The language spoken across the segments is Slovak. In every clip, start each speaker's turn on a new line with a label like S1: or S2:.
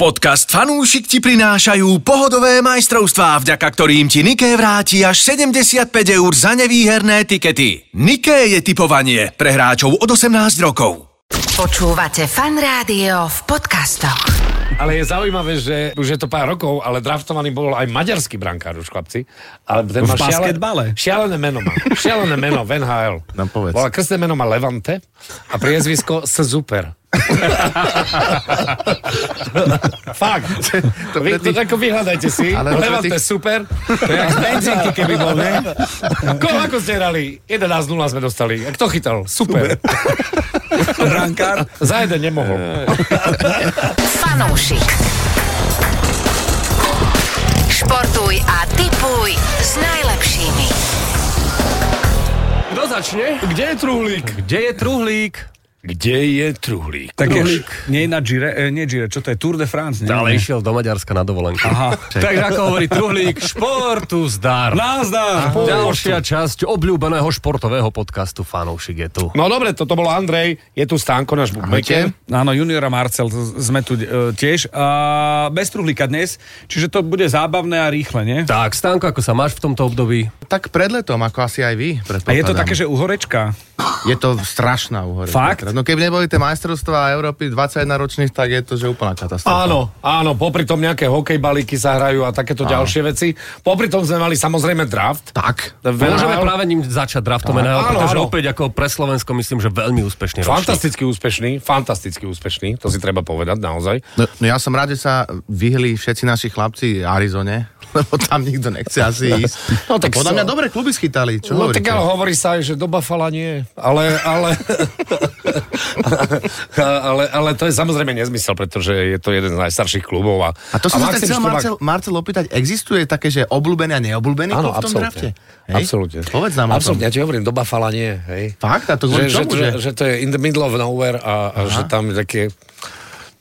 S1: Podcast Fanúšik ti prinášajú pohodové majstrovstvá, vďaka ktorým ti Niké vráti až 75 eur za nevýherné tikety. Niké je typovanie pre hráčov od 18 rokov.
S2: Počúvate fan rádio v podcastoch.
S3: Ale je zaujímavé, že už je to pár rokov, ale draftovaný bol aj maďarský brankár už, chlapci. Ale ten
S4: V
S3: má šiale-
S4: basketbale?
S3: Šialené meno má. Šialené meno v NHL.
S4: No, povedz.
S3: Bola krstné meno má Levante a priezvisko Super. Fakt. To, Vy, to, ako vyhľadajte si. Ale
S4: Ale to pre
S3: Levante
S4: tých-
S3: super. To je jak z benzínky, keby bol, ne? Kolo ako ste hrali? 11-0 sme dostali. A kto chytal? Super.
S4: Brankár.
S3: Za jeden nemohol.
S2: Fanúšik. Športuj a tipuj s najlepšími.
S3: Kto začne? Kde je truhlík?
S5: Kde je truhlík?
S3: Kde je truhlík?
S4: Tak je, nie na Gire, e, nie Gire, čo to je Tour de France? Nie,
S5: Ale
S4: nie.
S5: išiel do Maďarska na dovolenku.
S4: Aha.
S5: Takže ako hovorí truhlík, športu zdar.
S4: Názdar!
S5: Ďalšia časť obľúbeného športového podcastu Fanoušik je tu.
S3: No dobre, toto bolo Andrej, je tu Stánko, náš bukmaker.
S4: Áno, juniora Marcel, z- sme tu e, tiež. A bez truhlíka dnes, čiže to bude zábavné a rýchle, nie?
S5: Tak, Stanko, ako sa máš v tomto období?
S6: Tak pred letom, ako asi aj vy.
S4: A je to
S6: teda.
S4: také, že uhorečka.
S6: Je to strašná uhorečka.
S4: Fakt?
S6: teraz. No keby neboli tie majstrovstvá Európy 21 ročných, tak je to že úplná katastrofa.
S3: Áno, áno, popri tom nejaké hokejbalíky sa hrajú a takéto ďalšie veci. Popri tom sme mali samozrejme draft.
S6: Tak.
S5: Môžeme práve ním začať draftom
S3: áno,
S5: NHL, pretože
S3: áno.
S5: opäť ako pre Slovensko myslím, že veľmi úspešný ročník.
S3: Fantasticky úspešný, fantasticky úspešný, to si treba povedať naozaj.
S6: No, no ja som rád, že sa vyhli všetci naši chlapci Arizone, lebo tam nikto nechce asi ísť. No tak
S3: so-
S6: podľa mňa dobre kluby schytali, čo
S3: No
S6: hovoríte?
S3: tak ale hovorí sa aj, že do Buffalo nie, ale, ale, ale, ale to je samozrejme nezmysel, pretože je to jeden z najstarších klubov. A,
S6: A to som sa tak
S3: Maxim
S6: chcel
S3: Štrbák-
S6: Marcel, Marcel opýtať, existuje také, že obľúbený a neobľúbený
S3: Áno,
S6: klub v tom drafte?
S3: absolútne. Absolútne.
S6: Povedz nám
S3: absolútne.
S6: o
S3: Ja ti hovorím, do Buffalo nie, hej.
S6: tom. Fakt? A to
S3: že,
S6: kvôli
S3: že,
S6: čomu,
S3: že,
S6: že?
S3: že to je in the middle of nowhere a, a že tam je také...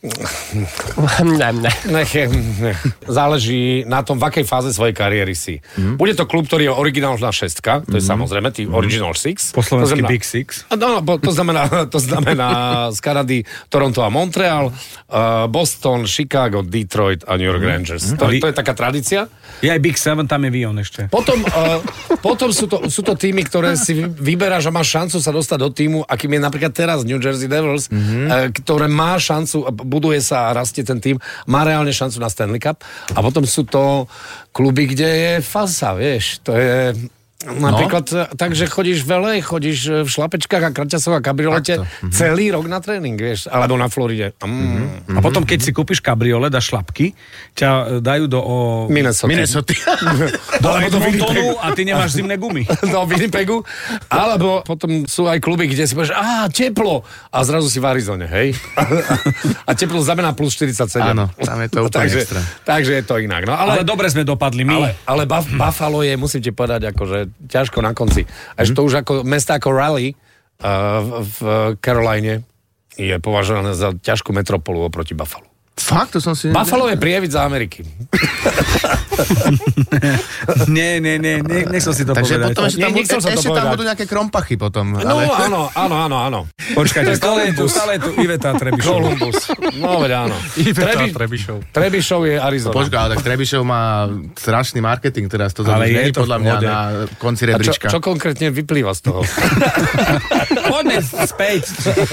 S5: Ne, ne.
S3: Nech je, nech. Záleží na tom, v akej fáze svojej kariéry si.
S6: Mhm.
S3: Mm. Bude to klub, ktorý je originálna šestka, to je samozrejme, tí Original Six.
S4: Po
S3: To
S4: slovensky
S3: znamená-
S4: Big Six.
S3: No, no, bo- to znamená, to znamená z Kanady Toronto a Montreal, uh, Boston, Chicago, Detroit a New York
S6: Mhm.
S3: Rangers. To, to je taká tradícia.
S4: Je aj Big Seven, tam je Vion ešte.
S3: Potom, uh, potom sú, to, sú to týmy, ktoré si vy- vyberáš a máš šancu sa dostať do týmu, akým je napríklad teraz New Jersey Devils, mm-hmm. uh, ktoré má šancu, a buduje sa a rastie ten tým, má reálne šancu na Stanley Cup. A potom sú to kluby, kde je fasa, vieš, to je... Napríklad no. tak, že chodíš v LA, chodíš e, v šlapečkách a kraťasoch a kabriolete mm-hmm. celý rok na tréning, vieš, alebo na Floride. Mm.
S4: A potom, keď si kúpiš kabriolet a šlapky, ťa e, dajú do... O...
S3: Minnesota.
S6: Minnesota.
S4: Do Edmontonu a ty nemáš zimné gumy.
S3: do Winnipegu, alebo potom sú aj kluby, kde si povieš, a teplo, a zrazu si v Arizone, hej? A teplo znamená plus 47.
S6: Áno, tam je to úplne
S3: takže,
S6: extra.
S3: takže je to inak. No, ale,
S4: Ale dobre sme dopadli my.
S3: ale, ale Buff- Buffalo je, musím ti povedať, akože ťažko na konci. Až to už ako mesta ako Raleigh uh, v, v Caroline je považované za ťažkú metropolu oproti Buffalo.
S6: Fakt, to som si...
S3: Buffalo je prievid za Ameriky.
S4: Nie, nie, nie, nie, nechcel si to
S6: Takže
S4: povedať.
S6: potom ešte tam,
S3: Nie, nechcel som to
S6: ešte tam
S3: povedať.
S6: budú nejaké krompachy potom.
S3: No
S6: ale...
S3: áno, áno, áno, áno.
S4: Počkajte, stále je tu, stále je tu Iveta Trebišová.
S3: Kolumbus. No veď áno. Trebi-
S5: Trebišov.
S3: Trebišov je Arizona.
S6: Počkaj, ale tak Trebišov má strašný marketing teraz, to
S4: Ale
S6: ale
S4: je
S6: nie je
S4: to
S6: podľa
S4: v
S6: mňa
S4: pohode.
S6: na
S3: A
S6: konci
S3: čo,
S6: rebríčka.
S3: čo konkrétne vyplýva z toho?
S4: Poďme späť.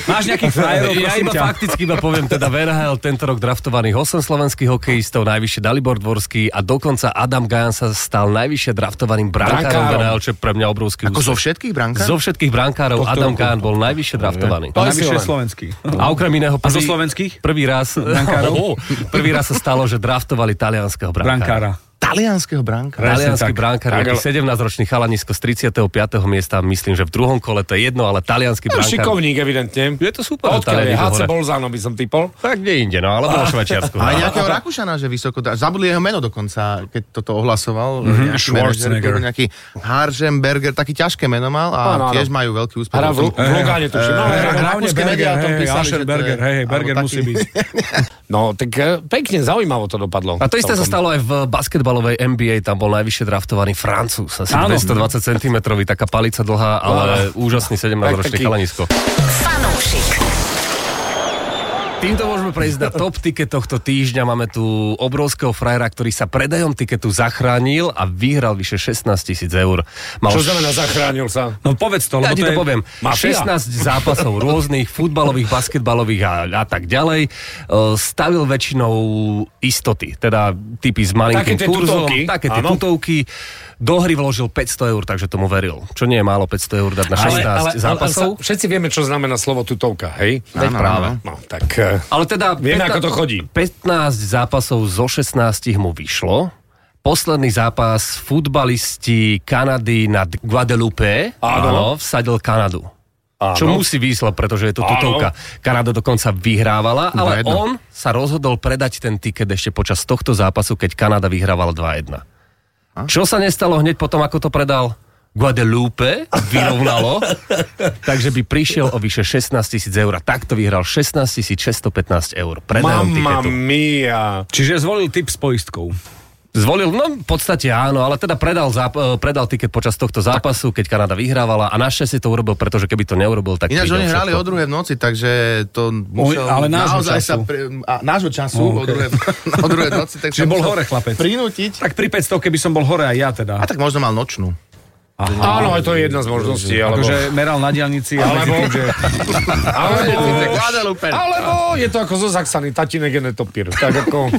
S4: Máš nejakých frajerov,
S5: Ja
S4: prosím
S5: iba
S4: ťa.
S5: fakticky iba poviem, teda v NHL tento rok draftovaných 8 slovenských hokejistov, najvyššie Dalibor Dvorský a dokonca Adam Gajan sa stal najvyššie draftovaným brankárom v
S3: Brankárom.
S5: NHL, čo je pre mňa obrovský
S6: Ako zo
S5: úspech.
S6: všetkých brankár?
S5: Zo všetkých brankárov
S4: Tohto
S5: Adam
S4: roku.
S5: Gajan bol najvyššie draftovaný.
S4: To
S3: To je
S4: je
S3: silné.
S4: slovenský.
S5: A okrem iného
S4: A zo slovenských?
S5: prvý raz, oh, prvý raz sa stalo, že draftovali talianského brankára.
S4: Brankára.
S6: Talianského brankára.
S5: Talianský
S4: tak.
S5: brankár,
S3: Tak,
S5: nejaký
S3: ale-
S5: 17-ročný chalanisko z 35. miesta, myslím, že v druhom kole, to je jedno, ale talianský
S3: No,
S5: brankár.
S3: šikovník, evidentne.
S5: Je to
S3: Odkiaľ
S5: super,
S3: je?
S5: Taliani
S3: HC
S5: dohore.
S3: Bolzano by som typol.
S5: Tak kde inde, no, alebo vo Švajčiarsku.
S6: A
S5: no.
S6: nejakého Rakúšana, že vysoko... dá- Zabudli jeho meno dokonca, keď toto ohlasoval. Nejaký manažer,
S4: Schwarzenegger.
S6: ktorý- Nejaký Harzenberger, také ťažké meno mal a
S3: Áno, áno.
S6: tiež majú veľký úspech.
S3: Hra v,
S5: Eh,
S3: v Lugáne, tuším. No,
S4: Hej,
S3: hra-
S4: Hlavne
S6: rakúske
S4: Berger,
S6: médiá o
S4: hej,
S6: tom
S4: hej,
S6: písali,
S4: Asher
S6: že to je-
S4: Berger, hej, hej,
S6: alebo
S4: Berger
S6: taký-
S4: musí byť.
S3: no, tak e, pekne, zaujímavo to dopadlo.
S5: A to isté sa
S3: Celkom.
S5: stalo aj v basketbalovej NBA, tam bol najvyššie draftovaný Francúz, asi
S4: Áno.
S5: 220 cm, taká palica dlhá, ale úžasný 17-ročný
S3: taký-
S5: chalanisko.
S2: Fanúšik.
S5: Týmto môžeme prejsť na top ticket tohto týždňa. Máme tu obrovského frajera, ktorý sa predajom tiketu zachránil a vyhral vyše 16 tisíc eur. Mal
S3: Čo znamená zachránil sa?
S4: No povedz to,
S5: ja
S4: lebo
S5: ti to
S4: to, je...
S5: poviem.
S3: mafia.
S5: 16 zápasov rôznych, futbalových, basketbalových a, a tak ďalej. E, Stavil väčšinou istoty, teda typy s malinkým
S3: Také tie
S5: kurzom.
S3: tutovky,
S5: Také tie
S3: áno.
S5: tutovky. Do hry vložil 500 eur, takže tomu veril. Čo nie je málo 500 eur dať na 16 zápasov.
S3: sa- všetci vieme, čo znamená slovo tutovka, hej?
S5: Veď práve.
S3: No, tak... eh,
S5: Ale teda...
S3: Vieme, ako to chodí.
S5: 15 zápasov zo 16 mu vyšlo. Posledný zápas futbalisti Kanady nad Guadeloupe
S3: Áno.
S5: vsadil Kanadu.
S3: Áno.
S5: Čo musí výsledok, pretože je to
S3: Áno.
S5: tutovka. Kanada dokonca vyhrávala, ale
S6: Dva jedna.
S5: on sa rozhodol predať ten tiket ešte počas tohto zápasu, keď Kanada vyhrávala 2-1. Čo sa nestalo hneď potom, ako to predal? Guadeloupe vyrovnalo, takže by prišiel o vyše 16 tisíc eur. A Takto vyhral 16 615 eur. Predajom
S3: Mamma
S5: tiketu.
S3: mia.
S4: Čiže zvolil typ s poistkou.
S5: Zvolil, no v podstate áno, ale teda predal, záp- e, predal tiket počas tohto zápasu, keď Kanada vyhrávala a našťastie to urobil, pretože keby to neurobil, tak
S6: Ináč
S5: príde o
S6: oni hrali
S5: všetko.
S6: o druhé v noci, takže to musel
S4: ale nášho
S6: naozaj
S4: času.
S6: sa... Pre, a, nášho času, o, druhé, o druhé v noci. Tak
S4: Čiže
S6: sa
S4: bol
S6: musel
S4: hore chlapec.
S6: Prinútiť.
S4: Tak pri 500, keby som bol hore aj ja teda.
S6: A tak možno mal nočnú.
S3: Áno, aj to je jedna z možností. Alebo,
S4: Akože meral na diálnici a medzi
S3: Alebo-
S4: tým, že...
S3: alebo,
S6: Guadalupe.
S3: alebo je to ako zo Zaxany, tatinek je netopír. Tak ako,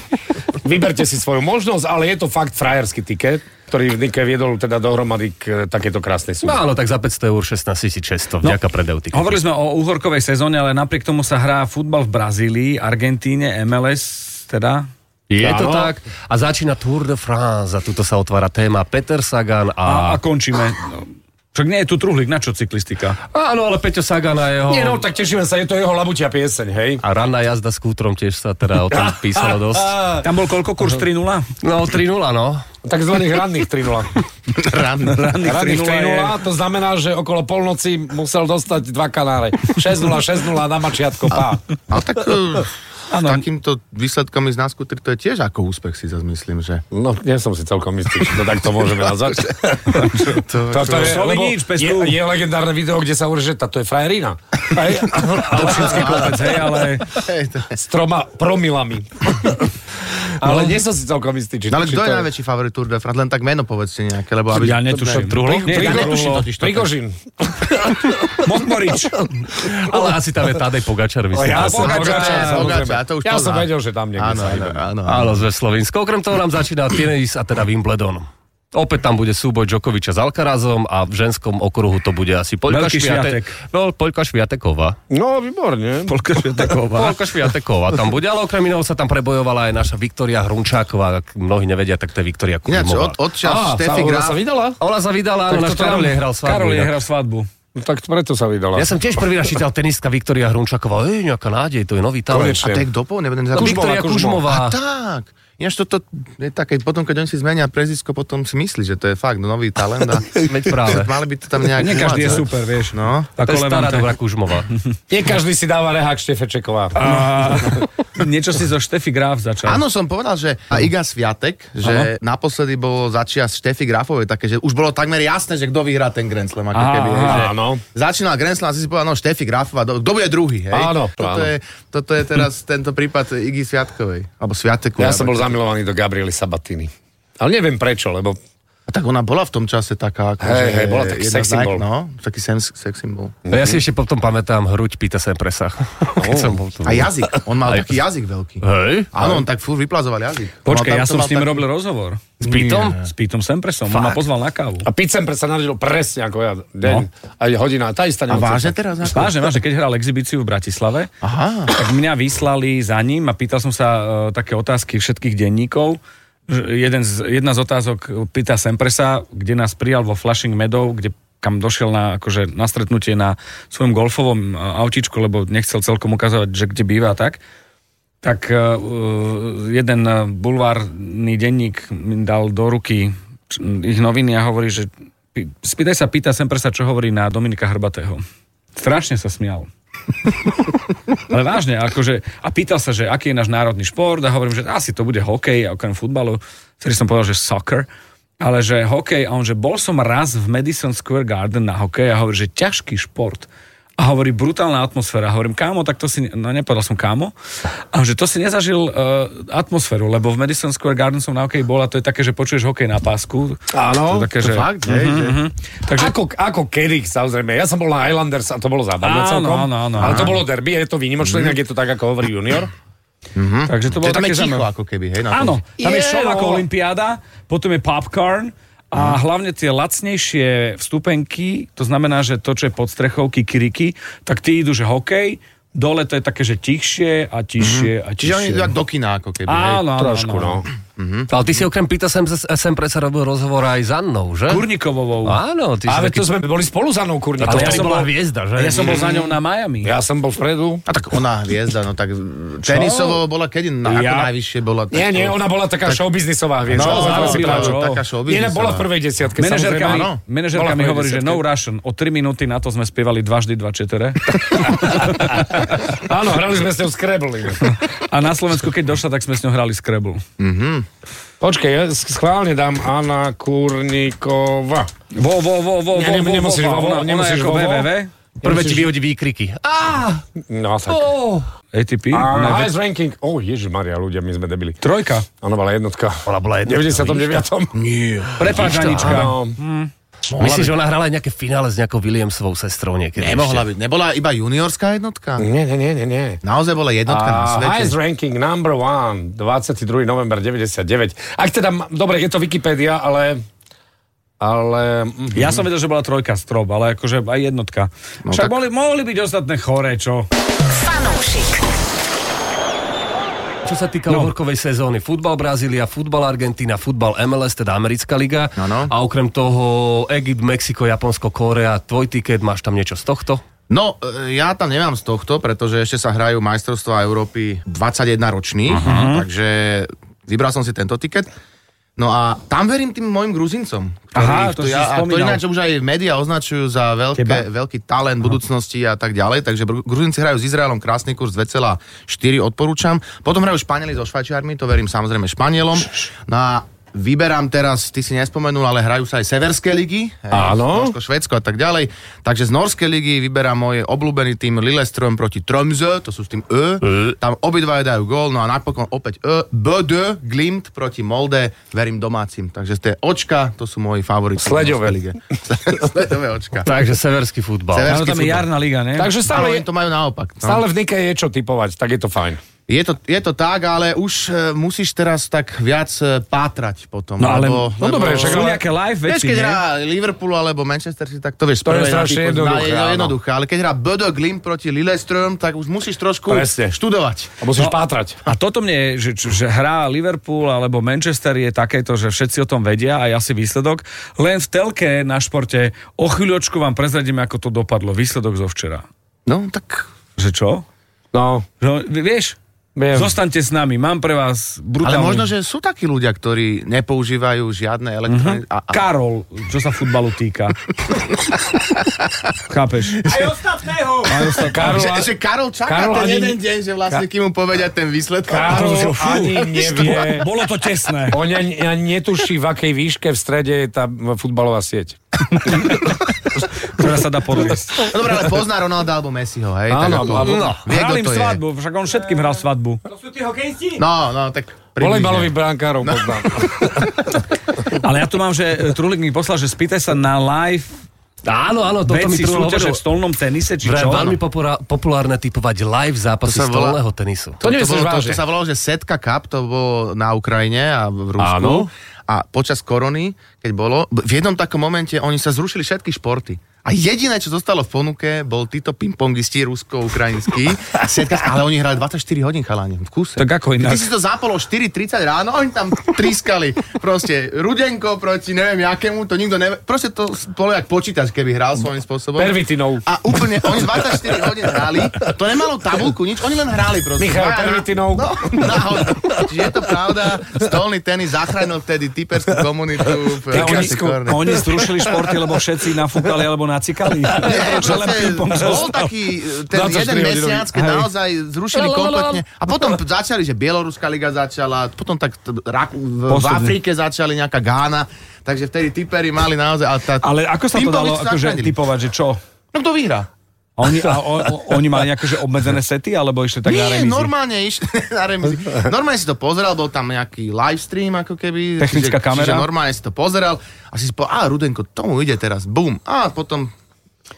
S3: vyberte si svoju možnosť, ale je to fakt frajerský tiket, ktorý v Nike viedol teda dohromady k e, takejto krásnej
S5: No
S3: súbe.
S5: áno, tak za 500 eur 16 600 vďaka predajú tiketu.
S4: Hovorili sme o uhorkovej sezóne, ale napriek tomu sa hrá futbal v Brazílii, Argentíne, MLS, teda...
S5: Je to
S3: Áno.
S5: tak. A začína Tour de France a tuto sa otvára téma Peter Sagan a...
S4: A, a končíme. No, Však nie je tu truhlík, na čo cyklistika?
S5: Áno, ale Peťo Sagan a jeho...
S3: Nie, no tak tešíme sa, je to jeho labutia pieseň, hej?
S5: A ranná jazda s kútrom tiež sa teda o tom písalo dosť.
S4: Tam bol koľko kurz 3-0?
S5: No 3-0, no.
S3: Takzvaných ranných 3
S6: Ranný.
S4: Ranných
S3: Ranných
S4: 3-0 je...
S3: 3 to znamená, že okolo polnoci musel dostať dva kanáre. 6-0, 6-0 na mačiatko, pá.
S6: Ale tak e, s
S4: No.
S6: takýmto výsledkom ísť na skútri, to je tiež ako úspech si zase myslím, že...
S3: No, nie som si celkom istý, či to takto môžeme nazvať.
S6: To,
S3: To, to je,
S4: Slovy
S3: lebo
S4: nič, bez
S3: je,
S4: tu.
S3: je legendárne video, kde sa hovorí, že táto je frajerina. Aj,
S4: Všetký kopec, hej, ale...
S6: Hej, to je-
S3: s troma promilami. Ale nie som si celkom istý, či,
S6: No ale
S3: či
S6: kto je
S3: to
S6: najväčší favorit Tour de France? Len tak meno povedzte nejaké, lebo aby...
S4: Ja netuším.
S5: Truhlo?
S4: Nie, ja netuším totiž to.
S3: Prigožin.
S4: Mokmorič.
S5: Ale asi tam je Tadej Pogačar, myslím.
S3: Ja
S5: Asi.
S3: som
S6: Pogačar,
S3: Pogačar, samozrejme.
S6: Pogačar, to už
S3: Ja
S6: to
S3: som
S6: dá.
S3: vedel, že tam niekde
S6: Áno,
S3: sa
S6: áno,
S3: hýbe.
S6: áno.
S5: Áno, zve Slovinsko. Okrem toho nám začína tenis a teda Wimbledon. Opäť tam bude súboj Djokoviča s Alcarazom a v ženskom okruhu to bude asi Poľka,
S4: Veľký
S5: Šviate-
S4: sviatek.
S5: Veľ- Poľka Šviateková.
S3: No, výborne.
S4: Polka Švetaková.
S5: Polka Šviateková tam bude, ale okrem iného sa tam prebojovala aj naša Viktoria Hrunčáková. Ak mnohí nevedia, tak to je Viktoria
S6: Ináč,
S5: Kulimová.
S6: od,
S3: Á,
S6: odčas
S3: sa, ona sa
S6: Štefi Graf...
S3: vydala?
S5: Ona sa vydala, áno,
S3: Tak
S5: náš
S3: toto
S5: Karol
S3: nám-
S5: je hral svadbu.
S4: Karol je
S5: inak.
S4: hral svadbu.
S3: No, tak preto sa vydala.
S5: Ja som tiež prvý raz čítal tenistka Viktoria Hrunčáková. Ej, nejaká nádej, to je nový talent.
S6: A
S3: Konečne.
S6: tak dopo, neviem, nezabudol.
S5: Viktoria
S3: Kužmová.
S5: Kužmová.
S6: A tak. Ináč toto je také, potom keď oni si zmenia prezisko, potom si myslí, že to je fakt nový talent. A
S5: Veď práve.
S6: mali by to tam nejak...
S4: Nie každý je
S6: uvádzať.
S4: super, vieš.
S6: No.
S5: To
S4: Ako
S5: je stará
S4: Levante.
S5: dobrá Kužmová.
S3: Nie každý si dáva rehák Štefečeková.
S4: A niečo si zo Štefy Graf začal.
S6: Áno, som povedal, že a Iga Sviatek, že Aha. naposledy bolo začias Štefy Grafovej také, že už bolo takmer jasné, že kto vyhrá ten Grand Slam. Ako
S4: Aha,
S6: keby, hej, že
S3: áno.
S6: Začínal Grand Slam a si si povedal, no Štefy Grafová, do- kto bude druhý, hej?
S3: Áno,
S6: toto,
S3: áno.
S6: Je, toto je teraz tento prípad Igy Sviatkovej. Alebo Sviateku.
S3: Ja som bol zamilovaný do Gabriely Sabatiny. Ale neviem prečo, lebo
S6: A tak ona bola v tom čase taká,
S3: Hej,
S6: ako že
S3: hej, bola taký
S6: jedna
S3: sex
S6: z naj-
S3: symbol.
S6: No, taký sex, sex symbol.
S5: No ja si ešte potom pamätám hruď Pita sem presah. Keď som bol tu.
S6: A jazyk, on mal
S5: Aj-
S6: taký jazyk veľký.
S5: Hej?
S6: Áno, on tak furt vyplazoval jazyk. On
S4: Počkaj,
S6: mal
S4: ja
S6: tam-
S4: som s
S6: mal
S4: ním
S6: No, tak-
S4: robil rozhovor.
S5: S Pitom?
S4: S Pítom Sempresom. On ma pozval na kávu.
S3: a Pit Sempres sa narodil presne ako ja. Deň,
S4: No.
S3: aj hodina, tá istá
S6: A
S3: nemocnica.
S6: vážne
S4: teda?
S6: teraz? Ako?
S4: Vážne, vážne, keď hral exibíciu v Bratislave,
S6: Aha.
S4: tak mňa vyslali za ním a pýtal som sa e, také otázky všetkých denníkov. Že Jeden z, jedna z otázok pýta Sempresa, kde nás prijal vo Flushing Meadow, kde kam došiel na, akože, na stretnutie na svojom golfovom e, autíčku, lebo nechcel celkom ukazovať, že kde býva a tak. Tak e, jeden e, bulvárny denník mi dal do ruky č- ich noviny a hovorí, že pý- spýtaj sa, pýta Sempresa, čo hovorí na Dominika Hrbatého. Strašne sa smial. Ale vážne, akože, a pýtal sa, že aký je náš národný šport a hovorím, že asi to bude hokej, okrem futbalu, ktorý som povedal, že soccer, ale že hokej, a on, že bol som raz v Madison Square Garden na hokej a hovorí, že ťažký šport. A hovorí, brutálna atmosféra. Hovorím, kámo, tak to si, ne- no nepovedal som kámo, a že to si nezažil uh, atmosféru, lebo v Madison Square Garden som na hokej bol a to je také, že počuješ hokej na pásku.
S3: Áno,
S4: to je také, že...
S6: Fakt, hej, že...
S3: Takže... Ako, ako kedy, samozrejme. Ja som bol na Islanders a to bolo zábavné
S4: Áno,
S3: celkom.
S4: áno, áno. Mhm.
S3: ale to bolo derby, je to výnimočné, inak je to tak, ako hovorí junior.
S4: Takže to bolo
S6: Čiže tam
S4: také
S6: je ticho
S4: zaujímavé.
S6: ako keby, hej? Na
S4: Áno, tam je
S3: Je,
S4: show ako
S3: vole.
S4: Olympiáda, potom je popcorn
S6: Mhm.
S4: a hlavne tie lacnejšie vstupenky, to znamená, že to, čo je pod strechou, kikiriki, tak tí idú, že hokej, dole to je také, že tichšie a tichšie a
S6: Mhm. Čiže oni
S4: tichšie.
S6: idú tak do kina ako keby, hej?
S4: Áno, áno,
S3: Trošku, no.
S4: áno.
S5: Ale ty si okrem Pita sem, sem presa robil rozhovor aj s Annou, že?
S4: Kurnikovovou.
S5: Áno, ty si
S3: A veď
S5: taký...
S3: to sme boli spolu za mnou, kurník.
S5: Ale ja
S4: ja
S5: som
S4: som
S5: bola
S4: bol-
S5: hviezda, že?
S4: Ja som bol za ňou na Miami.
S3: Ja som bol vpredu.
S6: A tak ona hviezda, no tak tenisovo bola kedy? Na, ako
S4: Ja-
S6: najvyššie bola? Tak,
S3: Nie, nie, ona bola taká showbiznisová hviezda.
S6: No,
S3: Ona
S6: áno,
S3: si
S4: bola,
S3: páčila.
S4: no.
S6: taká showbiznisová.
S3: Nie, ne, bola v prvej desiatke,
S4: Manažerka mi,
S3: samozrejme.
S6: áno.
S4: manažerka
S3: Bola
S4: mi
S3: v prvej
S4: hovorí, že
S3: desiatke.
S4: no Russian. O 3 minúty na to sme spievali 2 vždy 2 četere.
S3: Áno, hrali sme s ňou Scrabble.
S4: A na Slovensku, keď došla, tak sme s ňou hrali Scrabble.
S3: Počkej, ja schválne dám Anna Kurníková.
S4: Vo, vo, vo, vo,
S3: Nie,
S4: vo,
S3: nem-
S4: vo,
S3: nemusíš
S4: vo,
S3: vo,
S4: ona- ona
S3: nemusíš
S4: je ako
S3: vo, vo.
S4: www.
S5: Prvé
S3: Myslím,
S5: ti
S3: že-
S5: vyhodí výkriky. A,
S3: No, tak.
S4: ATP? Ona je
S3: A
S4: ve-
S3: highest ranking. Oh, ježiš Maria, ľudia, my sme debili.
S4: Trojka.
S3: Ona bola jednotka.
S5: Ona bola jednotka,
S3: 99. Nie.
S4: Prepáč, Anička.
S3: Áno.
S5: myslíš, že ona hrala aj nejaké finále s nejakou Williamsovou sestrou niekedy?
S6: Nemohla byť. Nebola iba juniorská jednotka?
S3: Nie, nie, nie, nie, nie.
S6: Naozaj bola jednotka na
S3: A
S6: svete.
S3: highest ranking number one, 22. november 99. Ak teda, ma- dobre, je to Wikipedia, ale... Ale... mm,
S4: Ja som vedel, že bola trojka strop, ale akože aj jednotka. Však
S6: No tak-
S4: boli, mohli byť ostatné chore, čo?
S2: Fanúšik.
S5: Čo sa týka no. horkovej sezóny, futbal Brazília, futbal Argentína, futbal MLS, teda americká liga.
S6: Áno.
S5: A okrem toho Egypt, Mexiko, Japonsko, Korea, tvoj tiket, máš tam niečo z tohto?
S6: No, e, ja tam nemám z tohto, pretože ešte sa hrajú majstrovstvá Európy 21 ročných,
S4: Mhm.
S6: takže vybral som si tento tiket. No a tam verím tým mojim Gruzincom.
S4: Aha,
S6: ktorých
S4: to si
S6: ja, a
S4: spomínal.
S6: ináč už aj médiá označujú za veľké, veľký talent budúcnosti a tak ďalej, takže Bru- Gruzinci hrajú s Izraelom krásny kurz 2,4 odporúčam. Potom hrajú Španieli so Švajčiarmi, to verím samozrejme Španielom. No a vyberám teraz, ty si nespomenul, ale hrajú sa aj severské ligy. Hej,
S3: Áno.
S6: Norsko, Švédsko a tak ďalej. Takže z norskej ligy vyberám moje obľúbený tým Lillestrom proti Tromsø, to sú s tým Ö. Tam obidva dajú gól, no a napokon opäť Ö. BD Glimt proti Molde, verím domácim. Takže z tie očka, to sú moji favoriti. v
S3: Sleďové.
S6: norskej lige. Sleďové očka.
S5: Takže severský futbal.
S6: Sever-
S4: Áno, no, tam je
S6: futbal.
S4: jarná liga, ne?
S3: Takže
S6: Ale
S3: stále,
S6: oni to majú naopak. No.
S3: stále v Nike je čo typovať, tak je to fajn.
S6: Je, to, je to tak, ale už e, musíš teraz tak viac e, pátrať potom.
S4: No ale-
S6: lebo,
S4: no
S6: lebo,
S4: dobre, však Sú ale- nejaké live
S6: Vieš,
S4: veci,
S6: keď
S4: nie?
S6: hrá Liverpool alebo Manchester City, tak to vieš. z
S3: To je
S6: prvej na
S3: strašne
S6: typu-
S3: jednoduché,
S6: na- je to
S3: áno.
S6: jednoduché, ale keď hrá Bodo Glim proti Lillestrøm, tak už musíš trošku
S3: Presne.
S6: študovať.
S3: A musíš pátrať.
S4: A toto mne, je, že, čo- že hrá Liverpool alebo Manchester je takéto, že všetci o tom vedia a ja si výsledok. Len v telke na športe o chvíľočku vám prezradíme, ako to dopadlo. Výsledok zo včera.
S6: No, tak...
S4: Že čo?
S3: No,
S4: No, vi- vieš,
S3: viem.
S4: zostaňte s nami, mám pre vás
S6: Ale
S4: brutálny...
S6: možno, že sú takí ľudia, ktorí nepoužívajú žiadne elektrony.
S3: Mhm.
S6: Uh-huh. A, a...
S4: Karol, čo sa futbalu týka. Chápeš? Aj ostatného! Aj ostatného.
S3: Karol,
S6: Že, že Karol čaká
S3: Karol
S6: Karol ten
S3: ani-
S6: jeden deň, že vlastne kým mu povedia ten výsledok.
S3: Karol ani nevie.
S4: Bolo to tesné.
S3: On ani, ani netuší, v akej výške v strede je tá futbalová sieť.
S4: Ktorá sa dá podviesť.
S6: No Dobre, ale pozná Ronalda alebo Messiho, hej? tak
S3: Áno,
S6: ako-
S3: alebo-
S6: no, vie, kto
S4: Hral im
S6: to je.
S4: svadbu, však on všetkým hral svadbu.
S6: No, no, tak približne.
S3: Volejbalových brankárov poznám.
S4: Ale ja tu mám, že e, Trulik mi poslal, že spýtaj sa na live
S5: Áno, áno, toto mi
S4: veci
S5: tu
S4: súťaže
S5: hovoril.
S4: v stolnom tenise, či
S5: Vraj
S4: čo?
S5: Veľmi popora- populárne typovať live zápasy
S6: To sa volá-
S5: stolného tenisu.
S3: To
S6: to,
S3: nemyslíš
S6: bolo, to,
S3: vážne.
S6: to sa volalo, že Setka Cup, to bolo na Ukrajine a v Rusku.
S3: Áno.
S6: A počas korony, keď bolo, b- v jednom takom momente oni sa zrušili všetky športy. A jediné, čo zostalo v ponuke, bol títo pingpongisti rusko-ukrajinskí. Setka, ale oni hrali 24 hodín, chaláni, v kuse.
S4: Tak ako inak?
S6: Ty si to zapolo 4.30 ráno, oni tam trískali. Proste Rudenko proti neviem jakému, to nikto nevie. Proste to bolo jak počítač, keby hral svojím spôsobom.
S3: Pervitinou.
S6: A úplne, oni 24 hodín hrali, to nemalo tabulku, nič, oni len hrali proste.
S3: Michal
S6: Dvaja-
S3: Pervitinov.
S6: No, náhodou. Čiže je to pravda, stolný tenis zachránil vtedy typerskú komunitu v
S4: Ty,
S6: Čase
S4: oni,
S6: Korne.
S4: oni zrušili športy, lebo všetci nafúkali alebo nacikali.
S6: Nie,
S4: Že len
S6: proste
S4: ping-pong
S6: Bol
S4: zostal.
S6: taký e, ten
S3: 24
S6: jeden
S3: hodinový.
S6: mesiac, keď
S4: Hej.
S6: naozaj zrušili kompletne. A potom p- začali, že Bieloruská liga začala, potom tak t- rak, v, v
S4: Postupne.
S6: Afrike začali nejaká Gána, takže vtedy typeri mali naozaj... A tá,
S4: Ale ako sa to dalo
S6: pingpongisti
S4: akože
S6: zachránili.
S4: typovať, že čo?
S6: No kto vyhrá?
S4: A oni, a o, o, oni mali nejaké že obmedzené sety, alebo išli tak na
S6: Nie,
S4: remízy?
S6: normálne iš... na remizi. Normálne si to pozeral, bol tam nejaký live stream ako keby.
S4: Technická
S6: čiže,
S4: kamera.
S6: Čiže normálne si to pozeral a si si povedal, a Rudenko, tomu ide teraz, bum. A potom...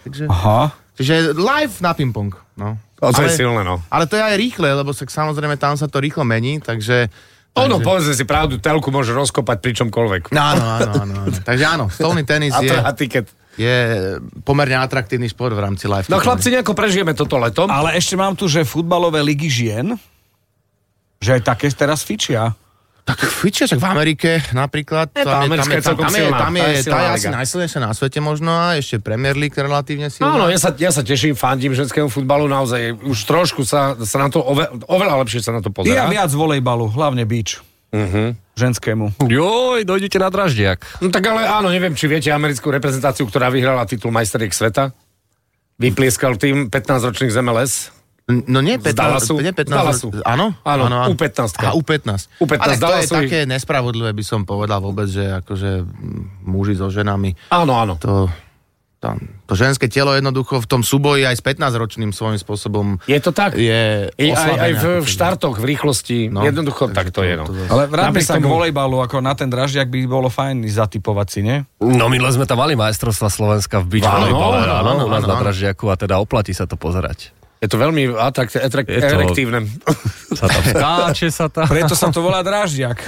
S6: Takže,
S4: Aha.
S6: čiže live na ping-pong. No.
S3: O, to je silné, no.
S6: Ale to je aj rýchle, lebo sa, samozrejme tam sa to rýchlo mení, takže...
S3: Ono, povedzme si pravdu, telku môže rozkopať pri čomkoľvek.
S6: No, áno, áno, áno, áno. Takže áno, stolný tenis
S3: A to
S6: je,
S3: je tiket.
S6: je pomerne atraktívny šport v rámci live.
S3: No chlapci, nejako prežijeme toto leto. A...
S4: Ale ešte mám tu, že futbalové ligy žien, že aj také teraz fičia.
S6: Tak fiče, však v Amerike napríklad.
S3: tá americká je celkom
S6: tam je,
S3: silná,
S6: tam je,
S3: tá je
S6: tá
S3: silná
S6: je
S3: liga.
S6: asi najsilnejšia na svete možno a ešte Premier League relatívne silná.
S3: Áno, ja sa, ja sa teším, fandím ženskému futbalu, naozaj už trošku sa, sa na to, ove, oveľa lepšie sa na to
S4: Ja
S3: pozerá.
S4: viac volejbalu, hlavne beach. Uh-huh. Ženskému.
S5: Joj, dojdete na draždiak.
S3: No tak ale áno, neviem, či viete americkú reprezentáciu, ktorá vyhrala titul majsteriek sveta. Vyplieskal tým 15-ročných z MLS.
S6: No nie
S3: Z
S6: 15,
S3: Dallasu.
S6: nie
S3: Z
S6: 15,
S3: Dallasu.
S6: Áno?
S3: Áno,
S6: áno, áno.
S3: U15.
S6: Aha, U15.
S3: U15
S6: Ale to je
S3: Dallasu.
S6: také nespravodlivé, by som povedal vôbec, že akože mm, muži so ženami,
S3: Áno, áno.
S6: to, tam, to ženské telo jednoducho v tom súboji aj s 15-ročným svojím spôsobom
S3: Je to tak? I, aj,
S6: je
S3: aj v,
S6: oslabené akože. ako
S3: v
S6: keby.
S3: štartoch, v rýchlosti.
S6: No,
S3: No, Jednoducho
S6: takže
S3: tak to
S6: to-
S3: je. No.
S6: to zase-
S4: Ale vráťme
S3: Napriek
S4: sa k
S3: tomu-
S4: volejbalu, ako na ten draždiak by bolo fajn ísť zatipovať si, nie?
S5: No minule sme tam mali majstrovstva Slovenska v beach
S6: Áno,
S5: volejbale,
S6: áno,
S5: áno, u nás na
S6: áno, áno.
S5: draždiaku a teda oplatí sa to pozerať.
S3: Je to veľmi atrakt, atrak,
S5: Je to-
S3: erektívne.
S5: Sa tam skáče sa tam.
S4: Preto sa to volá draždiak.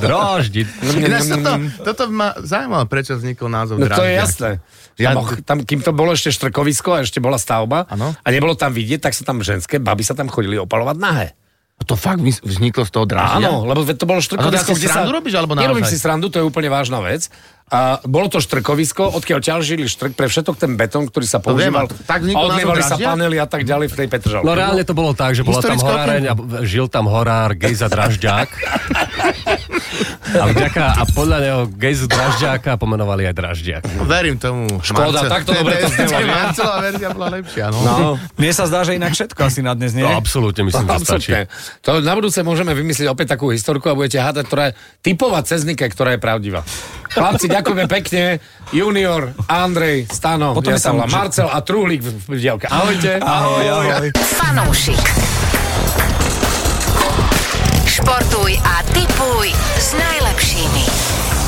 S5: Draždi.
S6: Ináč toto, toto by ma zaujímalo, prečo vznikol názov
S3: No to je
S6: Dráždiak.
S3: jasné.
S6: Ja-
S3: Tam, tam, kým to bolo ešte štrkovisko a ešte bola stavba
S6: Áno.
S3: a nebolo tam vidieť, tak sa tam ženské baby sa tam chodili opalovať nahé.
S6: No To fakt vys- vzniklo z toho dráždia?
S3: Áno, lebo veď to bolo
S6: A to
S3: štrkovisko,
S6: si srandu robíš, alebo naozaj?
S3: Nerobím si srandu, to je úplne vážna vec. A bolo to štrkovisko, odkiaľ ťaľ žili štrk pre všetok ten betón, ktorý sa
S6: viem,
S3: používal.
S6: a tak
S3: a
S6: vznikol názov
S3: odlievali sa
S6: Draždiak?
S3: panely a tak ďalej v tej Petržalke.
S5: No reálne to bolo tak, že bola tam
S6: Historická
S5: horáreň a žil tam horár Gejza Dražďák. A, vďaka, a podľa neho Gejzu Dražďáka pomenovali aj Dražďák.
S6: Verím tomu.
S3: Škoda, takto dobre tak to znelo, nie?
S6: Marcelová verzia bola lepšia, no.
S3: No.
S4: Mne sa zdá, že inak všetko asi na dnes, nie?
S5: No absolútne myslím, že stačí.
S3: Absolutne. To na budúce môžeme vymyslieť opäť takú historku a budete hádať, ktorá je typová cez Nike, ktorá je pravdivá. Chlapci, ďakujeme pekne. Junior, Andrej, Stano, Potom
S4: Potom
S3: ja
S4: je
S3: sa
S4: tam-
S3: volám Marcel a Truhlík v v diálke. Ahojte.
S4: Ahoj, ahoj.
S2: Fanúšik. Športuj a tipuj s najlepšími.